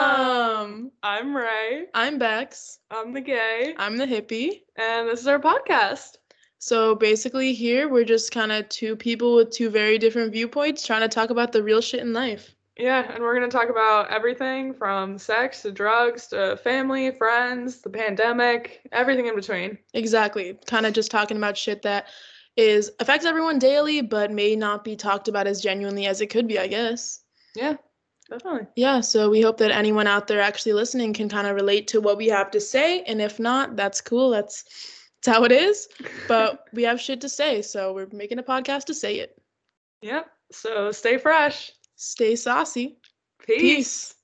Welcome. I'm Ray. I'm Bex. I'm the gay. I'm the hippie. And this is our podcast. So basically, here we're just kind of two people with two very different viewpoints trying to talk about the real shit in life. Yeah, and we're going to talk about everything from sex to drugs to family, friends, the pandemic, everything in between. Exactly. Kind of just talking about shit that is affects everyone daily but may not be talked about as genuinely as it could be, I guess. Yeah, definitely. Yeah, so we hope that anyone out there actually listening can kind of relate to what we have to say and if not, that's cool. That's that's how it is. But we have shit to say, so we're making a podcast to say it. Yep. So stay fresh. Stay saucy. Peace. Peace.